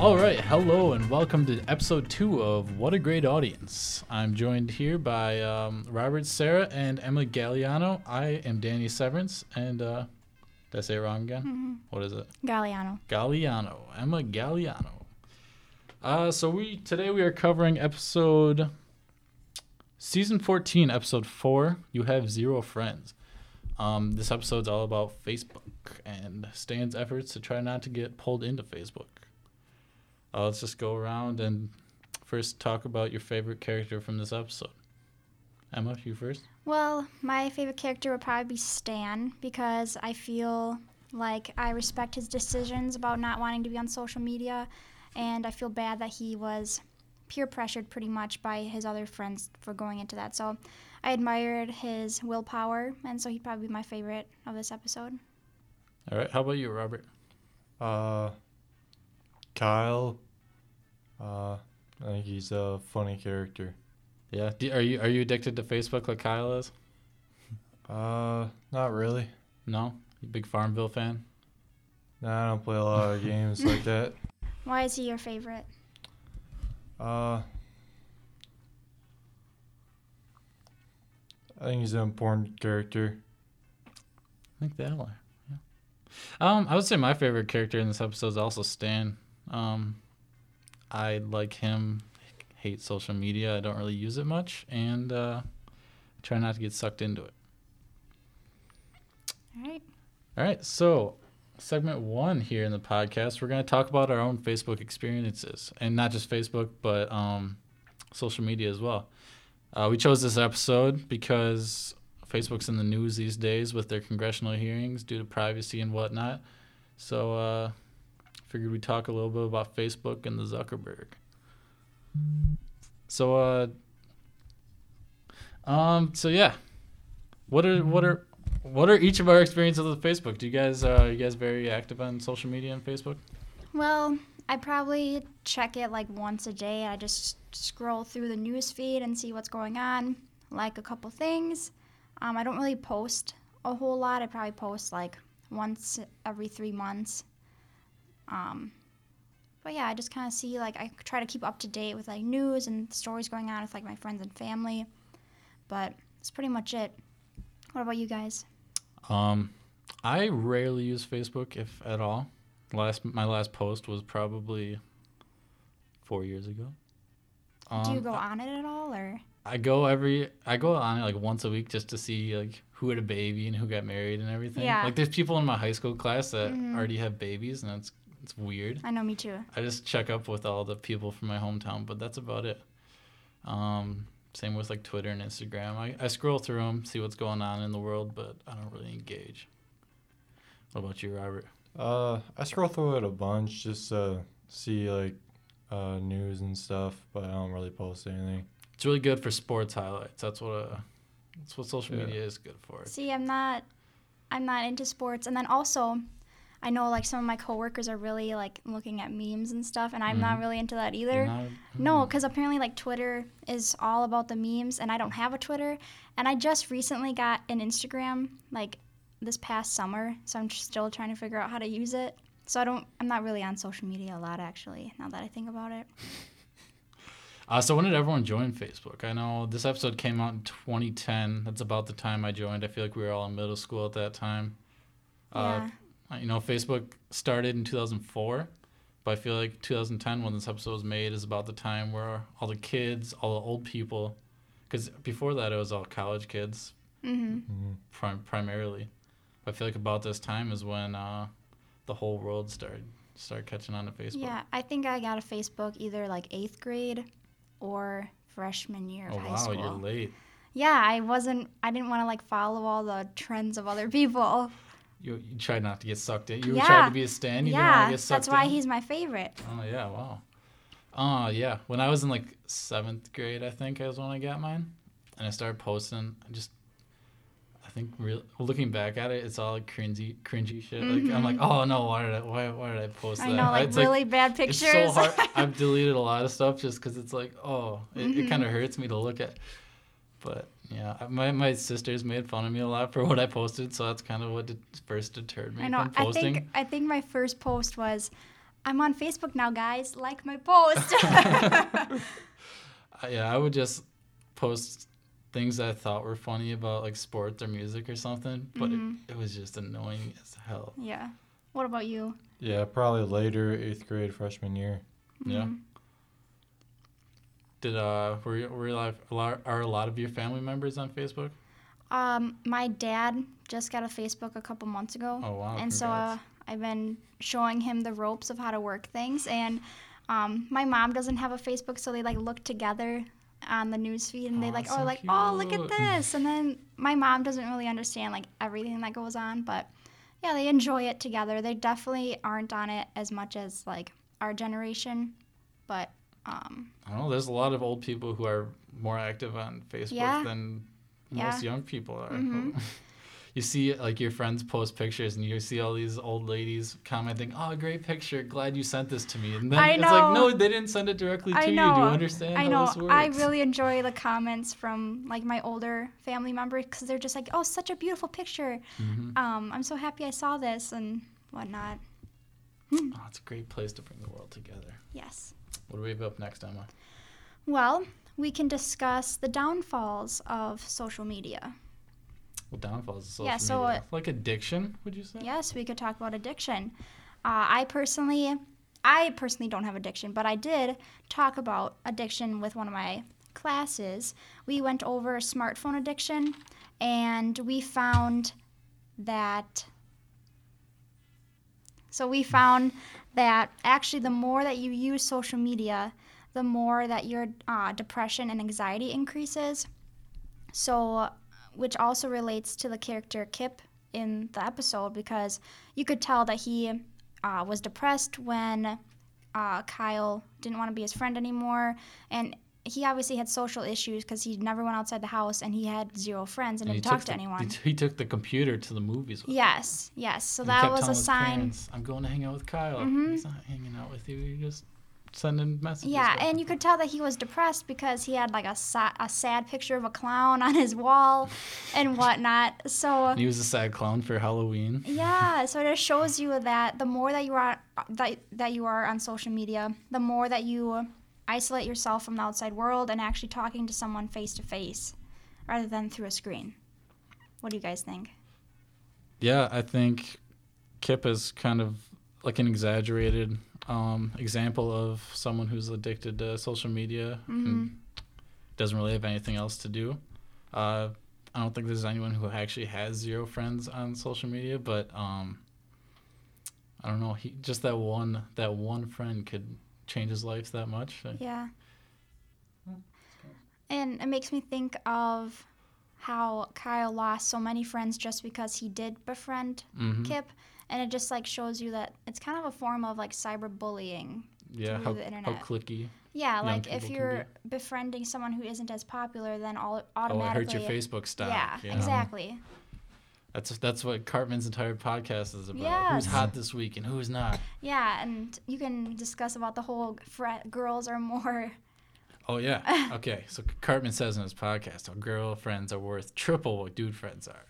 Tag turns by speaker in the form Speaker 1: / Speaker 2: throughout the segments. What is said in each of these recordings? Speaker 1: All right, hello and welcome to episode two of What a Great Audience. I'm joined here by um, Robert, Sarah, and Emily Galliano. I am Danny Severance, and uh, did I say it wrong again? What is it?
Speaker 2: Galliano.
Speaker 1: Galliano, Emma Galliano. Uh, so we today we are covering episode season 14, episode 4, You Have Zero Friends. Um, this episode's all about Facebook and Stan's efforts to try not to get pulled into Facebook. Uh, let's just go around and first talk about your favorite character from this episode. Emma, you first.
Speaker 2: Well, my favorite character would probably be Stan because I feel like I respect his decisions about not wanting to be on social media, and I feel bad that he was peer pressured pretty much by his other friends for going into that. So I admired his willpower, and so he'd probably be my favorite of this episode.
Speaker 1: All right, how about you, Robert?
Speaker 3: Uh, Kyle. Uh, I think he's a funny character.
Speaker 1: Yeah, Do, are you are you addicted to Facebook like Kyle is?
Speaker 3: Uh, not really.
Speaker 1: No, you big Farmville fan.
Speaker 3: Nah, I don't play a lot of games like that.
Speaker 2: Why is he your favorite?
Speaker 3: Uh, I think he's an important character.
Speaker 1: I think they all are. Yeah. Um, I would say my favorite character in this episode is also Stan. Um, I like him. Hate social media. I don't really use it much, and uh, try not to get sucked into it.
Speaker 2: All right.
Speaker 1: All right, so segment one here in the podcast, we're going to talk about our own Facebook experiences, and not just Facebook, but um, social media as well. Uh, we chose this episode because Facebook's in the news these days with their congressional hearings due to privacy and whatnot. So, uh, figured we'd talk a little bit about Facebook and the Zuckerberg. So, uh, um, so yeah, what are what are what are each of our experiences with Facebook? Do you guys uh, are you guys very active on social media and Facebook?
Speaker 2: Well, I probably check it like once a day. I just scroll through the news feed and see what's going on, like a couple things. Um, I don't really post a whole lot. I probably post like once every three months. Um, but yeah, I just kind of see like I try to keep up to date with like news and stories going on with like my friends and family. But that's pretty much it. What about you guys?
Speaker 1: Um, I rarely use Facebook, if at all. Last my last post was probably four years ago. Um,
Speaker 2: Do you go on it at all, or
Speaker 1: I go every I go on it like once a week just to see like who had a baby and who got married and everything.
Speaker 2: Yeah. Mm-hmm.
Speaker 1: Like there's people in my high school class that already have babies and it's it's weird.
Speaker 2: I know me too.
Speaker 1: I just check up with all the people from my hometown, but that's about it. Um, same with like Twitter and Instagram. I, I scroll through them, see what's going on in the world, but I don't really engage. What about you, Robert?
Speaker 3: Uh, I scroll through it a bunch just to see like uh, news and stuff, but I don't really post anything.
Speaker 1: It's really good for sports highlights. That's what uh, that's what social
Speaker 3: Yeah.
Speaker 1: media is good for.
Speaker 2: See, I'm not, I'm not into sports. And then also, I know like some of my coworkers are really like looking at memes and stuff, and I'm
Speaker 1: Mm-hmm.
Speaker 2: not really into that either.
Speaker 1: You know?
Speaker 2: No,
Speaker 1: Mm-hmm.
Speaker 2: because apparently, like, Twitter is all about the memes, and I don't have a Twitter. And I just recently got an Instagram, like, this past summer, so I'm still trying to figure out how to use it. So I don't, I'm not really on social media a lot, actually, now that I think about it.
Speaker 1: Uh, so when did everyone join Facebook? I know this episode came out in 2010. That's about the time I joined. I feel like we were all in middle school at that time.
Speaker 2: yeah.
Speaker 1: Uh, you know, Facebook started in 2004, but I feel like 2010, when this episode was made, is about the time where all the kids, all the old people, because before that it was all college kids
Speaker 2: Mm-hmm.
Speaker 1: prim- primarily. But I feel like about this time is when uh, the whole world started started catching on to Facebook.
Speaker 2: Yeah, I think I got a Facebook either, like, eighth grade or freshman year of
Speaker 1: Oh
Speaker 2: high
Speaker 1: wow,
Speaker 2: school.
Speaker 1: you're late.
Speaker 2: Yeah, I wasn't, I didn't want to, like, follow all the trends of other people.
Speaker 1: You, you tried not to get sucked in. You
Speaker 2: Yeah.
Speaker 1: tried to be a stan. You didn't want to
Speaker 2: yeah,
Speaker 1: get sucked
Speaker 2: that's why
Speaker 1: in.
Speaker 2: he's my favorite.
Speaker 1: Oh yeah, wow. Oh yeah. When I was in like seventh grade, I think is when I got mine, and I started posting. I just, I think, real looking back at it, it's all like cringy, cringy shit. Like I'm like, oh no, why did I, why, why did I post
Speaker 2: Mm-hmm. I
Speaker 1: that?
Speaker 2: know, like,
Speaker 1: It's
Speaker 2: really bad pictures.
Speaker 1: It's so hard. I've deleted a lot of stuff just because it's like, oh, it, it
Speaker 2: Mm-hmm.
Speaker 1: kind of hurts me to look at. But yeah, I- my my sisters made fun of me a lot for what I posted, so that's kind of what det- first deterred me
Speaker 2: I know.
Speaker 1: from
Speaker 2: I
Speaker 1: posting.
Speaker 2: think I think my first post was I'm on Facebook now, guys. Like my post.
Speaker 1: I- yeah, I would just post things that I thought were funny about like sports or music or something, but
Speaker 2: Mm-hmm.
Speaker 1: it, it was just annoying as hell.
Speaker 2: yeah. What about you?
Speaker 3: Yeah, probably later eighth grade freshman year.
Speaker 2: Mm-hmm.
Speaker 1: Yeah. Did uh were you- were you like a lot, are a lot of your family members on Facebook?
Speaker 2: Um, my dad just got a Facebook a couple months ago.
Speaker 1: Oh wow!
Speaker 2: and so uh,
Speaker 1: congrats.
Speaker 2: I've been showing him the ropes of how to work things. And um, my mom doesn't have a Facebook, so they like look together on the news feed and they
Speaker 1: Aw,
Speaker 2: like,
Speaker 1: that's so
Speaker 2: oh, like, oh, look
Speaker 1: cute."
Speaker 2: at this. And then my mom doesn't really understand like everything that goes on, but yeah, they enjoy it together. They definitely aren't on it as much as like our generation, but um,
Speaker 1: I don't know. There's a lot of old people who are more active on Facebook
Speaker 2: Yeah.
Speaker 1: than
Speaker 2: Yeah.
Speaker 1: most young people are.
Speaker 2: Mhm.
Speaker 1: you see like your friends post pictures, and you see all these old ladies commenting, "Oh, great picture! Glad you sent this to me." And then
Speaker 2: I
Speaker 1: it's like,
Speaker 2: know.
Speaker 1: no, they didn't send it directly to
Speaker 2: I
Speaker 1: you. Do you
Speaker 2: know.
Speaker 1: understand
Speaker 2: I
Speaker 1: how
Speaker 2: know
Speaker 1: this works?
Speaker 2: I really enjoy the comments from like my older family members because they're just like, oh, such a beautiful picture.
Speaker 1: Mhm.
Speaker 2: um, I'm so happy I saw this and whatnot.
Speaker 1: Oh, it's a great place to bring the world together.
Speaker 2: Yes.
Speaker 1: What do we have up next, Emma?
Speaker 2: Well, we can discuss the downfalls of social media.
Speaker 1: Well, downfalls of social
Speaker 2: Yeah, so,
Speaker 1: media. like addiction, would you say?
Speaker 2: Yes, we could talk about addiction. Uh, I personally, I personally don't have addiction, but I did talk about addiction with one of my classes. We went over smartphone addiction, and we found that. So we found that actually, the more that you use social media, the more that your uh, depression and anxiety increases. So, which also relates to the character Kip in the episode because you could tell that he uh, was depressed when uh, Kyle didn't want to be his friend anymore. And he obviously had social issues because he never went outside the house and he had zero friends and,
Speaker 1: he
Speaker 2: didn't
Speaker 1: took
Speaker 2: talk to
Speaker 1: the-
Speaker 2: anyone.
Speaker 1: He, t- he took the computer to the movies with
Speaker 2: Yes, yes. So
Speaker 1: And he
Speaker 2: that
Speaker 1: kept
Speaker 2: was
Speaker 1: telling
Speaker 2: a
Speaker 1: his
Speaker 2: sign.
Speaker 1: parents, I'm going to hang out with Kyle.
Speaker 2: Mhm.
Speaker 1: He's not hanging out with you. You're just sending messages.
Speaker 2: Yeah,
Speaker 1: back
Speaker 2: and you could tell that he was depressed because he had like a, sa- a sad picture of a clown on his wall and whatnot. So
Speaker 1: And he was a sad clown for Halloween.
Speaker 2: yeah, so it just shows you that the more that you are that, that you are on social media, the more that you isolate yourself from the outside world and actually talking to someone face to face rather than through a screen. What do you guys think?
Speaker 1: Yeah, I think Kip is kind of like an exaggerated um, example of someone who's addicted to social media
Speaker 2: Mm-hmm.
Speaker 1: and doesn't really have anything else to do. Uh, I don't think there's anyone who actually has zero friends on social media, but um, I don't know. He just that one that one friend could change his life that much. I-
Speaker 2: Yeah. And it makes me think of how Kyle lost so many friends just because he did befriend
Speaker 1: Mhm.
Speaker 2: Kip. And it just like shows you that it's kind of a form of like cyberbullying.
Speaker 1: Yeah,
Speaker 2: through
Speaker 1: how,
Speaker 2: the
Speaker 1: how
Speaker 2: internet.
Speaker 1: clicky.
Speaker 2: Yeah,
Speaker 1: Young
Speaker 2: like
Speaker 1: people
Speaker 2: if
Speaker 1: can
Speaker 2: you're befriending someone who isn't as popular, then all
Speaker 1: Oh, it
Speaker 2: automatically.
Speaker 1: hurts your Facebook stock.
Speaker 2: Yeah,
Speaker 1: you know?
Speaker 2: exactly.
Speaker 1: That's that's what Cartman's entire podcast is about. Who's
Speaker 2: Yes.
Speaker 1: hot this week and who's not.
Speaker 2: Yeah, and you can discuss about the whole fre- girls are more.
Speaker 1: Oh yeah. Okay. So Cartman says in his podcast, "Our girlfriends are worth triple what dude friends are,"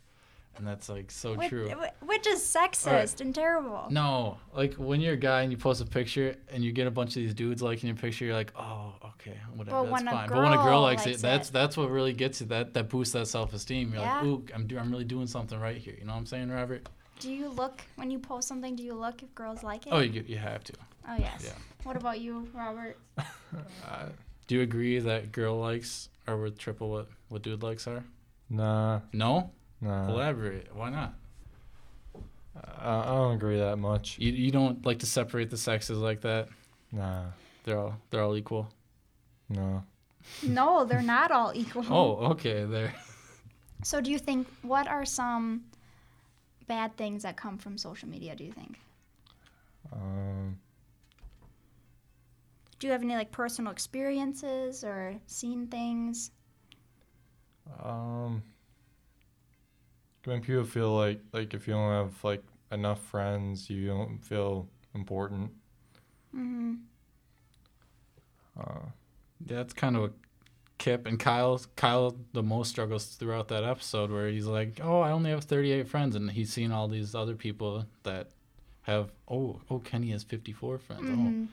Speaker 1: and that's like so
Speaker 2: Which,
Speaker 1: true.
Speaker 2: which is sexist and terrible.
Speaker 1: no, like when you're a guy and you post a picture and you get a bunch of these dudes liking your picture, you're like, oh, okay, whatever,
Speaker 2: But
Speaker 1: that's
Speaker 2: when a
Speaker 1: fine. But when a girl
Speaker 2: girl
Speaker 1: likes,
Speaker 2: likes
Speaker 1: it, that's
Speaker 2: it-
Speaker 1: that's what really gets you. That that boosts that self-esteem. You're like,
Speaker 2: Yeah.
Speaker 1: ooh, I'm do, I'm really doing something right here. You know what I'm saying, Robert?
Speaker 2: Do you look when you post something? Do you look if girls like it?
Speaker 1: Oh, you you have to.
Speaker 2: Oh, yes.
Speaker 1: yeah.
Speaker 2: What about you, Robert?
Speaker 3: Uh,
Speaker 1: Do you agree that girl likes are worth triple what what dude likes are?
Speaker 3: nah,
Speaker 1: No.
Speaker 2: Uh-huh.
Speaker 3: nah.
Speaker 1: Elaborate. Why not?
Speaker 3: I, I don't agree that much.
Speaker 1: You you don't like to separate the sexes like that.
Speaker 3: Nah,
Speaker 1: They're all they're all equal.
Speaker 3: no.
Speaker 2: No, they're not all equal.
Speaker 1: Oh, okay. There.
Speaker 2: So, do you think what are some bad things that come from social media? Do you think?
Speaker 3: Um,
Speaker 2: Do you have any like personal experiences or seen things?
Speaker 3: um, when people feel like like if you don't have like enough friends, you don't feel important.
Speaker 2: Mm-hmm.
Speaker 3: Uh,
Speaker 1: That's kind of a Kip and Kyle. Kyle the most struggles throughout that episode where he's like, "Oh, I only have 38 friends," and he's seen all these other people that have oh oh Kenny has 54 friends. Oh,
Speaker 2: Mhm.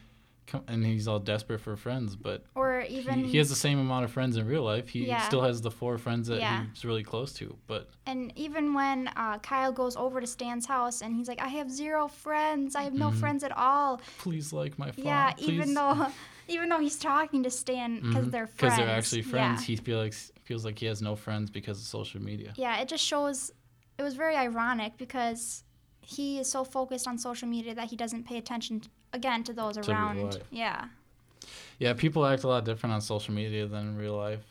Speaker 1: come, and he's all desperate for friends, but
Speaker 2: Or
Speaker 1: he,
Speaker 2: even
Speaker 1: he has the same amount of friends in real life. He
Speaker 2: Yeah.
Speaker 1: still has the four friends that
Speaker 2: Yeah.
Speaker 1: he's really close to, but
Speaker 2: and even when uh, Kyle goes over to Stan's house and he's like, I have zero friends. I have no
Speaker 1: Mhm.
Speaker 2: friends at all.
Speaker 1: please like my phone.
Speaker 2: Yeah, even
Speaker 1: please.
Speaker 2: though even though he's talking to Stan because
Speaker 1: Mhm.
Speaker 2: they're friends.
Speaker 1: they're actually friends.
Speaker 2: Yeah.
Speaker 1: He feels like feels like he has no friends because of social media.
Speaker 2: yeah, it just shows it was very ironic because he is so focused on social media that he doesn't pay attention again to those
Speaker 1: real
Speaker 2: around.
Speaker 1: life.
Speaker 2: Yeah.
Speaker 1: Yeah, people act a lot different on social media than in real life,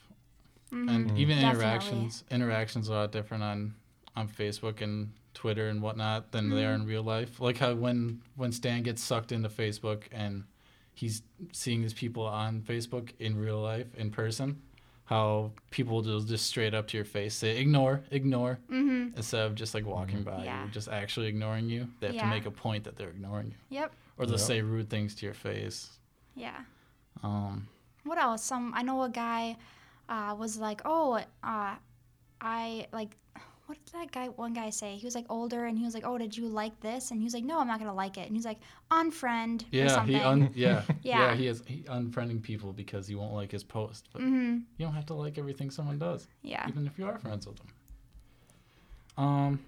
Speaker 1: and
Speaker 3: Mhm.
Speaker 1: even
Speaker 2: Mm-hmm. Definitely.
Speaker 1: interactions interactions are a lot different on on Facebook and Twitter and whatnot than they
Speaker 2: Mm-hmm.
Speaker 1: are in real life. Like how when when Stan gets sucked into Facebook and he's seeing these people on Facebook in real life in person, how people will just straight up to your face say ignore, ignore,
Speaker 2: Mm-hmm.
Speaker 1: instead of just like walking by
Speaker 2: Yeah.
Speaker 1: you, just actually ignoring you. They have to
Speaker 2: Yeah.
Speaker 1: make a point that they're ignoring you,
Speaker 2: Yep.
Speaker 1: or they'll
Speaker 3: Yep.
Speaker 1: say rude things to your face.
Speaker 2: Yeah.
Speaker 1: Um,
Speaker 2: What else? Some I know a guy uh, was like, "Oh, uh, I like." What did that guy? One guy say he was like older, and he was like, "Oh, did you like this?" And he was like, "No, I'm not gonna like it." And he's like, "Unfriend." Or
Speaker 1: yeah,
Speaker 2: something.
Speaker 1: he un- yeah, yeah,
Speaker 2: Yeah.
Speaker 1: he is he unfriending people because he won't like his post. But
Speaker 2: mm-hmm.
Speaker 1: you don't have to like everything someone does,
Speaker 2: Yeah.
Speaker 1: even if you are friends with them. Um,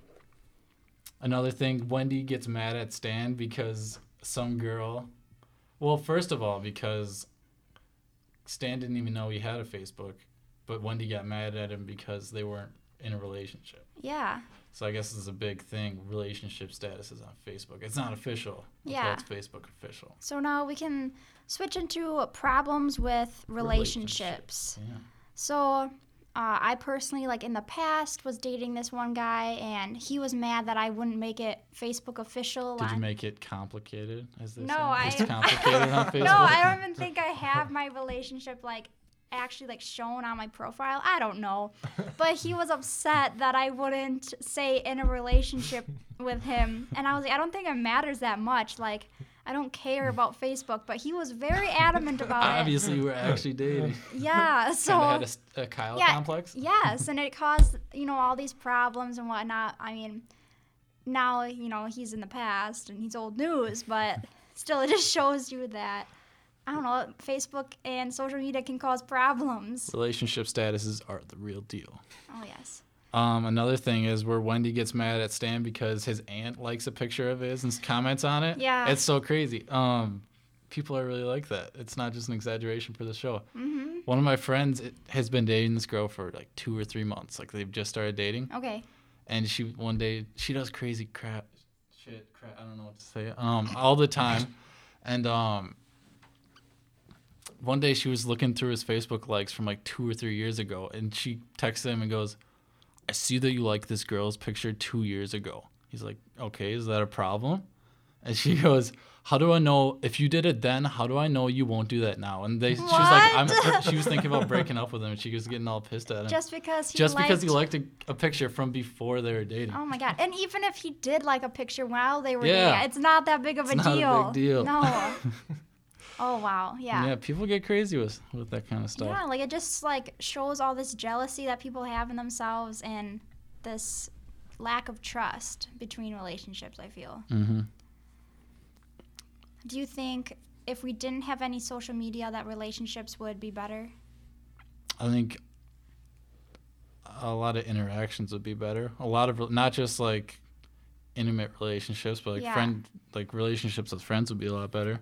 Speaker 1: another thing, Wendy gets mad at Stan because some girl. Well, first of all, because Stan didn't even know he had a Facebook, but Wendy got mad at him because they weren't in a relationship.
Speaker 2: Yeah.
Speaker 1: So I guess this is a big thing. Relationship statuses on Facebook. It's not official. until
Speaker 2: Yeah.
Speaker 1: It's Facebook official.
Speaker 2: So now we can switch into uh, problems with
Speaker 1: Relationships,
Speaker 2: relationships.
Speaker 1: yeah.
Speaker 2: So uh, I personally, like in the past, was dating this one guy, and he was mad that I wouldn't make it Facebook official.
Speaker 1: Did you
Speaker 2: on-
Speaker 1: make it complicated? As they
Speaker 2: No,
Speaker 1: say? It's
Speaker 2: I-
Speaker 1: complicated on Facebook.
Speaker 2: No, I don't even think I have my relationship like actually like shown on my profile. I don't know. But he was upset that I wouldn't say in a relationship with him. And I was like, I don't think it matters that much. Like I don't care about Facebook, but he was very adamant about it.
Speaker 1: Obviously, we're actually dating.
Speaker 2: Yeah,
Speaker 1: Kind of had
Speaker 2: so
Speaker 1: a s- a, Kyle
Speaker 2: Yeah.
Speaker 1: complex.
Speaker 2: yes, and it caused you know all these problems and whatnot. I mean, now you know he's in the past and he's old news, but still, it just shows you that I don't know Facebook and social media can cause problems.
Speaker 1: Relationship statuses are the real deal.
Speaker 2: Oh yes,
Speaker 1: Um, another thing is where Wendy gets mad at Stan because his aunt likes a picture of his and s- comments on it.
Speaker 2: Yeah.
Speaker 1: It's so crazy. Um, people are really like that. It's not just an exaggeration for the show.
Speaker 2: hmm
Speaker 1: One of my friends it- has been dating this girl for like two or three months. Like they've just started dating,
Speaker 2: okay,
Speaker 1: and she one day she does crazy crap, shit, crap. I don't know what to say. Um, all the time, and um. One day she was looking through his Facebook likes from like two or three years ago, and she texts him and goes, "I see that you like this girl's picture two years ago." He's like, "Okay, is that a problem?" And she goes, "How do I know if you did it then? How do I know you won't do that now?" And they, she was like, "I'm."
Speaker 2: What?
Speaker 1: She was thinking about breaking up with him, and she was getting all pissed at him
Speaker 2: just because he
Speaker 1: just because he
Speaker 2: liked-
Speaker 1: liked a, a picture from before they were dating.
Speaker 2: Oh my god! And even if he did like a picture while they were
Speaker 1: Yeah.
Speaker 2: dating, it's not that big of
Speaker 1: It's
Speaker 2: a
Speaker 1: not a
Speaker 2: deal.
Speaker 1: big deal.
Speaker 2: No. oh wow!
Speaker 1: yeah. people get crazy with with that kind of stuff.
Speaker 2: Yeah, like it just like shows all this jealousy that people have in themselves and this lack of trust between relationships, I feel.
Speaker 1: Mm-hmm.
Speaker 2: Do you think if we didn't have any social media that relationships would be better?
Speaker 1: I think a lot of interactions would be better. A lot of not just like intimate relationships, but like
Speaker 2: Yeah.
Speaker 1: friend like relationships with friends would be a lot better.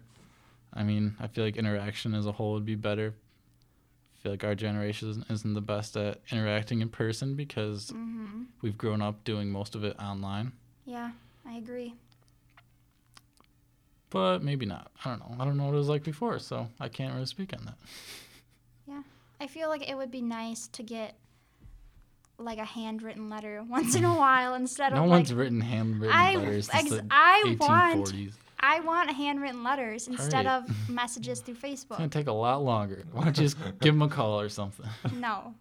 Speaker 1: I mean, I feel like interaction as a whole would be better. I feel like our generation isn't- isn't the best at interacting in person because
Speaker 2: Mhm.
Speaker 1: we've grown up doing most of it online.
Speaker 2: Yeah, I agree.
Speaker 1: But maybe not. I don't know. I don't know what it was like before, so I can't really speak on that.
Speaker 2: I feel like it would be nice to get like a handwritten letter once in a while instead
Speaker 1: No
Speaker 2: of
Speaker 1: one's
Speaker 2: like
Speaker 1: written handwritten
Speaker 2: I
Speaker 1: letters since
Speaker 2: ex-
Speaker 1: the
Speaker 2: I want
Speaker 1: 1840s.
Speaker 2: I want handwritten letters instead
Speaker 1: right.
Speaker 2: of messages through
Speaker 1: It's gonna
Speaker 2: Facebook.
Speaker 1: take a lot longer. Why don't you just give him a call or something?
Speaker 2: no.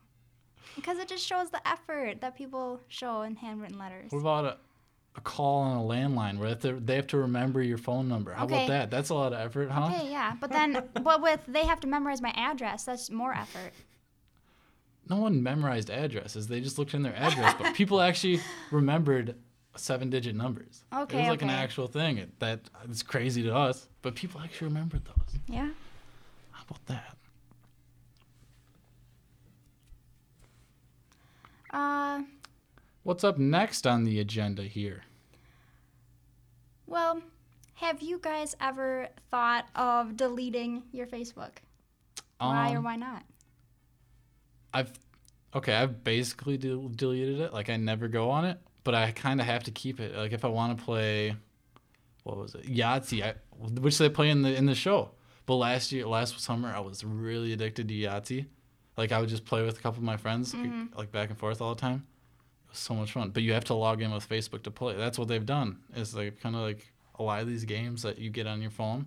Speaker 2: Because it just shows the effort that people show in handwritten letters.
Speaker 1: What about a, a call on a landline where if they- they have to remember your phone number? How
Speaker 2: Okay.
Speaker 1: about that? That's a lot of effort, huh?
Speaker 2: Okay, yeah, but then, but with they have to memorize my address. That's more effort.
Speaker 1: No one memorized addresses. They just looked in their address book. People actually remembered seven digit numbers.
Speaker 2: Okay.
Speaker 1: it was like an
Speaker 2: okay.
Speaker 1: actual thing. It, that it's crazy to us, but people actually remembered those.
Speaker 2: Yeah.
Speaker 1: How about that?
Speaker 2: Uh,
Speaker 1: What's up next on the agenda here?
Speaker 2: well, have you guys ever thought of deleting your Facebook? why or
Speaker 1: Um,
Speaker 2: why not?
Speaker 1: I've okay, I've basically del- deleted it. Like I never go on it, but I kind of have to keep it. Like if I want to play, what was it, Yahtzee, I, which they play in the in the show. But last year, last summer, I was really addicted to Yahtzee. Like I would just play with a couple of my friends, like back and forth all the time. It was so much fun. But you have to log in with Facebook to play. That's what they've done. Is they kind of like a lot of these games that you get on your phone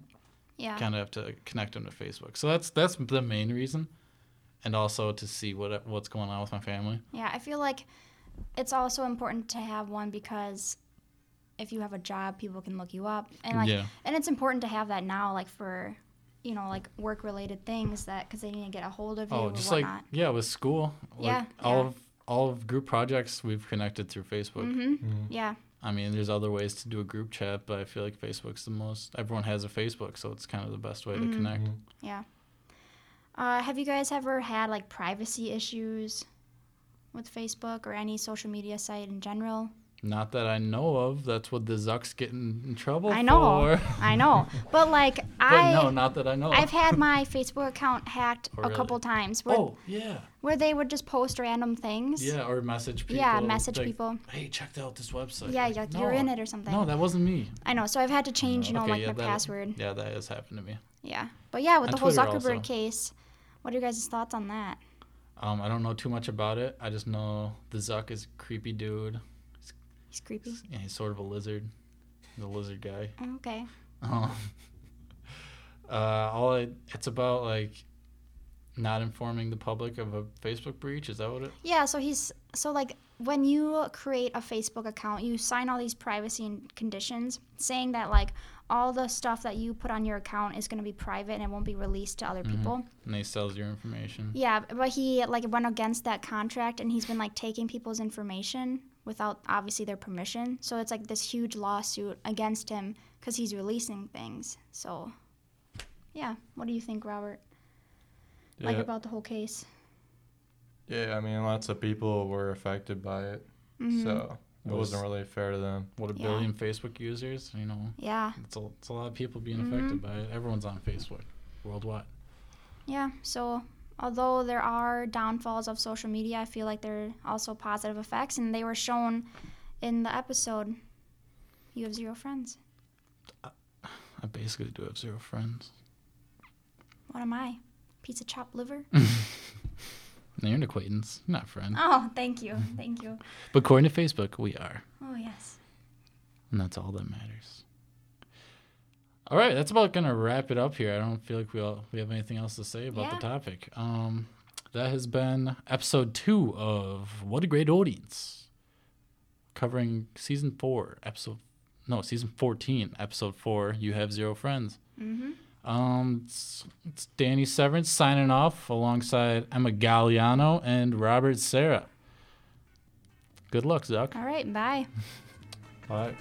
Speaker 2: Yeah.
Speaker 1: kind of have to connect them to Facebook. So that's that's the main reason, and also to see what what's going on with my family.
Speaker 2: Yeah, I feel like it's also important to have one because if you have a job, people can look you up, and like,
Speaker 1: Yeah.
Speaker 2: and it's important to have that now, like for, you know, like work-related things that because they need to get a hold of you
Speaker 1: Oh,
Speaker 2: or
Speaker 1: just like
Speaker 2: whatnot.
Speaker 1: yeah, with school. Like
Speaker 2: Yeah,
Speaker 1: All
Speaker 2: yeah.
Speaker 1: of all of group projects we've connected through Facebook.
Speaker 2: mm-hmm. Yeah,
Speaker 1: I mean, there's other ways to do a group chat, but I feel like Facebook's the most. Everyone has a Facebook, so it's kind of the best way
Speaker 2: Mm-hmm.
Speaker 1: to connect.
Speaker 2: yeah. Uh, have you guys ever had like privacy issues with Facebook or any social media site in general?
Speaker 1: Not that I know of. That's what the Zucks getting in trouble
Speaker 2: I know,
Speaker 1: for.
Speaker 2: I know, but like
Speaker 1: but
Speaker 2: I,
Speaker 1: no, not that I know.
Speaker 2: I've
Speaker 1: of.
Speaker 2: had my Facebook account hacked
Speaker 1: Oh,
Speaker 2: a
Speaker 1: really?
Speaker 2: couple times where,
Speaker 1: Oh yeah,
Speaker 2: where they would just post random things.
Speaker 1: yeah. Or message people.
Speaker 2: Yeah, message
Speaker 1: like,
Speaker 2: people.
Speaker 1: Hey, check out this website.
Speaker 2: Yeah,
Speaker 1: Like,
Speaker 2: you're, you're in
Speaker 1: no,
Speaker 2: it or something.
Speaker 1: No, that wasn't me.
Speaker 2: I know. So I've had to change, you know,
Speaker 1: Okay,
Speaker 2: like
Speaker 1: yeah,
Speaker 2: my
Speaker 1: that-
Speaker 2: password.
Speaker 1: Yeah, that has happened to me.
Speaker 2: Yeah. But yeah, with
Speaker 1: On
Speaker 2: the whole
Speaker 1: Twitter
Speaker 2: Zuckerberg
Speaker 1: also.
Speaker 2: case, what are you guys' thoughts on that?
Speaker 1: Um, I don't know too much about it. I just know the Zuck is a creepy dude,
Speaker 2: He's creepy.
Speaker 1: and he's sort of a lizard. He's a lizard guy.
Speaker 2: Okay.
Speaker 1: Um, uh, all I, it's about like not informing the public of a Facebook breach. Is that what it?
Speaker 2: Yeah. So he's so like when you create a Facebook account, you sign all these privacy and conditions saying that like all the stuff that you put on your account is going to be private and it won't be released to other
Speaker 1: Mm-hmm.
Speaker 2: people.
Speaker 1: And he sells your information.
Speaker 2: Yeah, but he like went against that contract and he's been like taking people's information without obviously their permission. So it's like this huge lawsuit against him cuz he's releasing things. So yeah, what do you think, Robert?
Speaker 3: Yeah.
Speaker 2: Like about the whole case?
Speaker 3: yeah, I mean, lots of people were affected by it,
Speaker 2: Mhm.
Speaker 3: so it
Speaker 1: Was-
Speaker 3: wasn't really fair to them.
Speaker 1: What a
Speaker 2: Yeah.
Speaker 1: billion Facebook users. You know,
Speaker 2: Yeah.
Speaker 1: it's a, it's a lot of people being affected by it. Everyone's on Facebook worldwide.
Speaker 2: Yeah. So although there are downfalls of social media, I feel like there are also positive effects and they were shown in the episode You have zero friends.
Speaker 1: I basically do have zero friends.
Speaker 2: What am I? Piece of chopped liver?
Speaker 1: You're an acquaintance, not a
Speaker 3: Mm.
Speaker 1: friend.
Speaker 2: Oh, thank you. Thank you.
Speaker 1: But according to Facebook, we are.
Speaker 2: Oh, yes.
Speaker 1: And that's all that matters. All right, that's about gonna wrap it up here. I don't feel like we all we have anything else to say about the
Speaker 2: Yeah.
Speaker 1: topic. Um, that has been episode two of What a Great Audience, covering season four, episode no, season fourteen, episode four. You have zero friends.
Speaker 2: Mhm.
Speaker 1: Um, it's, it's Danny Severance signing off alongside Emma Galliano and Robert Sarah. Good luck, Zuck.
Speaker 2: All right. Bye.
Speaker 3: But